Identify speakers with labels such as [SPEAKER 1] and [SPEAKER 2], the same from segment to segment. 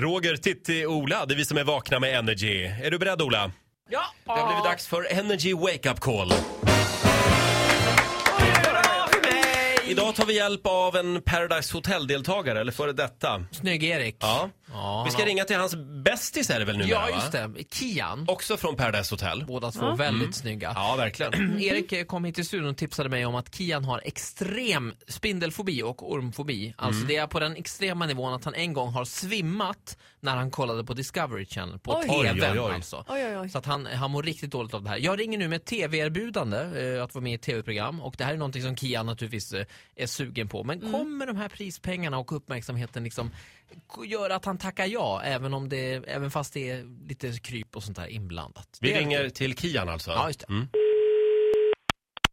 [SPEAKER 1] Roger, Titti och Ola, det är vi som är vakna med Energy. Är du beredd Ola?
[SPEAKER 2] Ja!
[SPEAKER 1] Det har blivit dags för Energy Wake Up Call.
[SPEAKER 2] Bra för mig!
[SPEAKER 1] Idag tar vi hjälp av en Paradise Hotel-deltagare, eller före detta.
[SPEAKER 2] Snygg Erik.
[SPEAKER 1] Ja.
[SPEAKER 2] Ja,
[SPEAKER 1] Vi ska
[SPEAKER 2] han-
[SPEAKER 1] ringa till hans bästis är det väl numera
[SPEAKER 2] Ja,
[SPEAKER 1] va?
[SPEAKER 2] just det. Kian.
[SPEAKER 1] Också från Paradise Hotel.
[SPEAKER 2] Båda två väldigt snygga.
[SPEAKER 1] Mm.
[SPEAKER 2] Mm.
[SPEAKER 1] Ja, verkligen.
[SPEAKER 2] Erik eh, kom hit till studion och tipsade mig om att Kian har extrem spindelfobi och ormfobi. Alltså
[SPEAKER 1] Mm.
[SPEAKER 2] det är på den extrema nivån att han en gång har svimmat när han kollade på Discovery Channel, på
[SPEAKER 3] Oj.
[SPEAKER 2] TVn
[SPEAKER 1] Oj, oj, oj.
[SPEAKER 2] alltså.
[SPEAKER 3] Oj, oj, oj.
[SPEAKER 2] Så att han, han mår riktigt dåligt av det här. Jag ringer nu med ett tv-erbjudande eh, att vara med i ett tv-program och det här är någonting som Kian naturligtvis eh, är sugen på. Men kommer de här prispengarna och uppmärksamheten liksom k- göra att han tackar ja även, om det, även fast det är lite kryp och sånt där inblandat?
[SPEAKER 1] Vi
[SPEAKER 2] Det är-
[SPEAKER 1] ringer till Kian alltså.
[SPEAKER 2] Ja, just det.
[SPEAKER 1] Mm.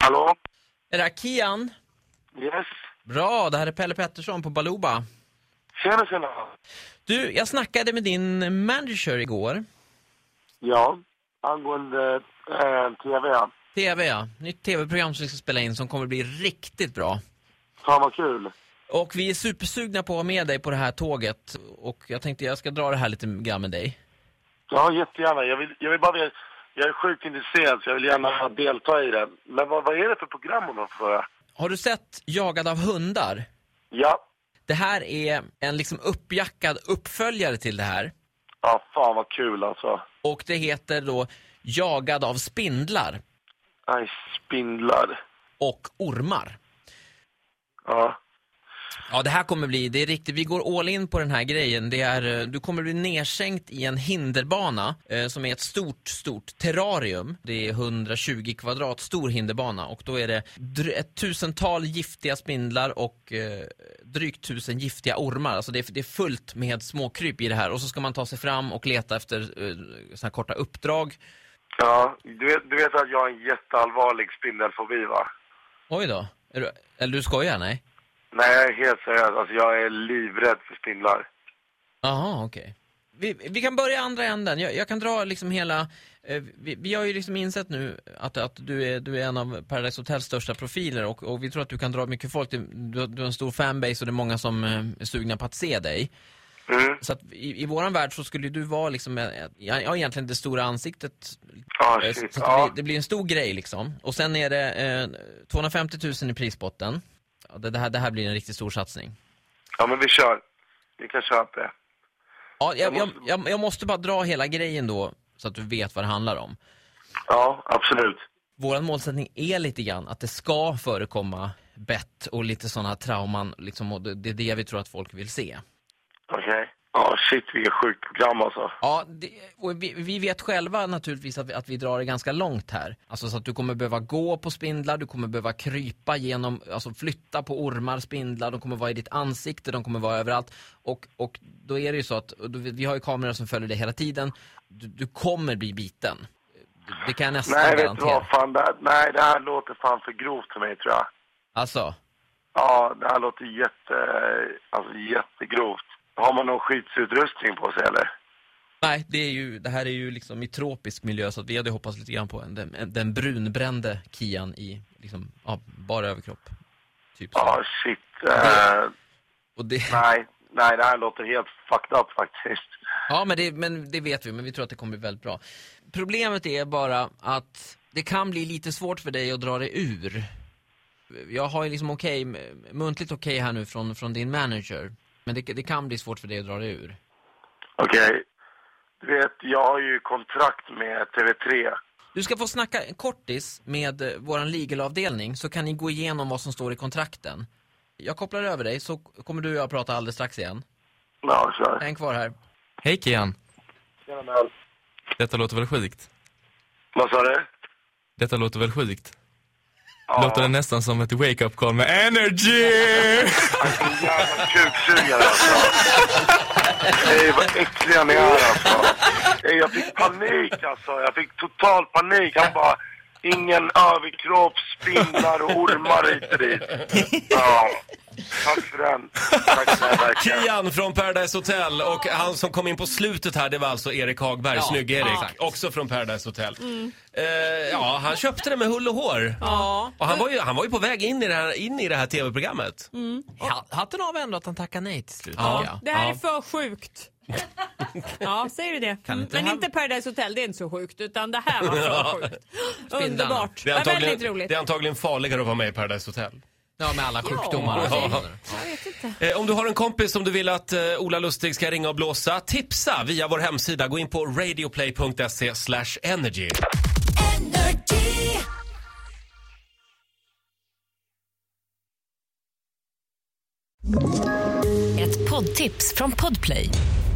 [SPEAKER 4] Hallå?
[SPEAKER 2] Är det här Kian?
[SPEAKER 4] Yes.
[SPEAKER 2] Bra, det här är Pelle Pettersson på Baluba.
[SPEAKER 4] Tjena, tjena.
[SPEAKER 2] Du, jag snackade med din manager igår.
[SPEAKER 4] Ja, angående eh, tv. ja.
[SPEAKER 2] TV, ja. Nytt tv-program som vi ska spela in som kommer bli riktigt bra.
[SPEAKER 4] Fan vad kul.
[SPEAKER 2] Och vi är supersugna på att ha med dig på det här tåget. Och jag tänkte jag ska dra det här lite grann med dig.
[SPEAKER 4] Ja, jättegärna. Jag vill, jag vill bara veta- jag är sjukt intresserad så jag vill gärna delta i det. Men vad, vad är det för program hon har för?
[SPEAKER 2] Har du sett Jagad av hundar?
[SPEAKER 4] Ja.
[SPEAKER 2] Det här är en liksom uppjackad uppföljare till det här.
[SPEAKER 4] Ja, fan vad kul alltså.
[SPEAKER 2] Och det heter då Jagad av spindlar
[SPEAKER 4] Aj, spindlar.
[SPEAKER 2] och ormar.
[SPEAKER 4] Ja.
[SPEAKER 2] Ja, det här kommer bli, det är riktigt, vi går all in på den här grejen. Det är, eh, du kommer bli nedsänkt i en hinderbana eh, som är ett stort, stort terrarium. Det är 120 kvadrat stor hinderbana och då är det dr- ett tusental giftiga spindlar och eh, drygt tusen giftiga ormar. Alltså det är, det är fullt med småkryp i det här och så ska man ta sig fram och leta efter eh, såna här korta uppdrag.
[SPEAKER 4] Ja, du vet, du vet att jag har en jätteallvarlig spindelfobi va?
[SPEAKER 2] Oj då, är du, eller du skojar? Nej?
[SPEAKER 4] Nej, jag är helt seriös. Alltså jag är livrädd för spindlar.
[SPEAKER 2] Jaha, okej. Vi, vi kan börja andra änden. Jag, jag kan dra liksom hela... Eh, vi, vi har ju liksom insett nu att, att du, är, du är en av Paradise Hotels största profiler och, och vi tror att du kan dra mycket folk. Du, du, har- du har en stor fanbase och det är många som eh, är sugna på att se dig.
[SPEAKER 4] Mm.
[SPEAKER 2] Så att i, i våran värld så skulle du vara liksom, eh, ja, ja, egentligen det stora ansiktet.
[SPEAKER 4] Ja,
[SPEAKER 2] Eh, Så
[SPEAKER 4] Ah, shit.
[SPEAKER 2] så att det,
[SPEAKER 4] Ja.
[SPEAKER 2] blir, det blir en stor grej liksom. Och sen är det eh, 250 000 i prisbotten. Ja, det, det, här, det här blir en riktigt stor satsning.
[SPEAKER 4] ja, men vi kör. Vi kan köpa det.
[SPEAKER 2] Ja, jag,
[SPEAKER 4] Jag
[SPEAKER 2] jag,
[SPEAKER 4] måste-
[SPEAKER 2] jag, jag måste bara dra hela grejen då, så att du vet vad det handlar om.
[SPEAKER 4] Ja, absolut.
[SPEAKER 2] Vår målsättning är lite grann att det ska förekomma bett och lite sådana trauman, liksom, och det, det är det vi tror att folk vill se.
[SPEAKER 4] Okej. Ja, shit vilket sjukt program alltså.
[SPEAKER 2] Ja, det, och vi, vi vet själva naturligtvis att vi, att vi drar det ganska långt här. Alltså så att du kommer behöva gå på spindlar, du kommer behöva krypa genom, alltså flytta på ormar, spindlar, de kommer vara i ditt ansikte, de kommer vara överallt. Och, och då är det ju så att, och då- vi har ju kameror som följer dig hela tiden, du, du kommer bli biten. Det kan jag nästan
[SPEAKER 4] Nej, vet du
[SPEAKER 2] garantera.
[SPEAKER 4] vad? Fan, det här, nej, det här låter fan för grovt för mig tror jag.
[SPEAKER 2] Alltså,
[SPEAKER 4] Ja, det här låter jätte, alltså jättegrovt. Har man någon skyddsutrustning på sig eller?
[SPEAKER 2] nej, det, är ju, det här är ju liksom i tropisk miljö så att vi hade hoppats lite grann på en, den, den brunbrände Kian i liksom, ja, bara överkropp. Typ så.
[SPEAKER 4] Ja, shit. eh,
[SPEAKER 2] Och det,
[SPEAKER 4] nej, nej, det här låter helt fucked up faktiskt.
[SPEAKER 2] Ja, men det, men det vet vi, men vi tror att det kommer bli väldigt bra. Problemet är bara att det kan bli lite svårt för dig att dra dig ur. Jag har ju liksom okej, muntligt okej här nu från, från din manager, men det, det kan bli svårt för dig att dra dig ur.
[SPEAKER 4] Okej. Du vet, jag har ju kontrakt med TV3.
[SPEAKER 2] Du ska få snacka kortis med eh, våran legalavdelning så kan ni gå igenom vad som står i kontrakten. Jag kopplar över dig så kommer du och jag prata alldeles strax igen.
[SPEAKER 4] Ja, kör.
[SPEAKER 2] Häng kvar här.
[SPEAKER 5] Hej Kian,
[SPEAKER 4] Tjena, Mel.
[SPEAKER 5] detta låter väl sjukt?
[SPEAKER 4] Vad sa du?
[SPEAKER 5] Detta låter väl sjukt?
[SPEAKER 4] Ja.
[SPEAKER 5] Låter det nästan som ett wake-up call med energy?
[SPEAKER 4] jävla kuksugare alltså. Nej, vad äckliga ni är alltså. Nej, jag fick panik alltså. Jag fick total panik. Han bara, ingen överkropp, spindlar och ormar hit och dit. Ja. Tack för den. Tack för den verkligen.
[SPEAKER 1] Kian från Paradise Hotel och han som kom in på slutet här det var alltså Erik Hagberg,
[SPEAKER 2] Ja,
[SPEAKER 1] snygg Erik,
[SPEAKER 2] exakt. Mm.
[SPEAKER 1] också från Paradise Hotel. Eh, ja, han köpte det med hull och hår.
[SPEAKER 2] Ja.
[SPEAKER 1] Och han var ju, han var ju på väg in i det här, in i det här tv-programmet.
[SPEAKER 2] Mm. Hatten av ändå att han tackar nej till slut. tycker jag.
[SPEAKER 3] Det här är för sjukt. Ja, säger du det?
[SPEAKER 2] Kan inte
[SPEAKER 3] Men
[SPEAKER 2] ha-
[SPEAKER 3] inte Paradise Hotel, det är inte så sjukt. Utan det här var så sjukt. Underbart.
[SPEAKER 1] Det
[SPEAKER 3] Det
[SPEAKER 1] är,
[SPEAKER 3] var väldigt
[SPEAKER 1] antagligen,
[SPEAKER 3] roligt.
[SPEAKER 1] det är antagligen farligare att vara med i Paradise Hotel.
[SPEAKER 2] Ja, med alla sjukdomar. och
[SPEAKER 1] Ja.
[SPEAKER 2] så vidare.
[SPEAKER 3] Jag vet inte.
[SPEAKER 1] Eh, om du har en kompis som du vill att eh, Ola Lustig ska ringa och blåsa, tipsa via vår hemsida. Gå in på radioplay.se slash energy.
[SPEAKER 6] Ett poddtips från Podplay.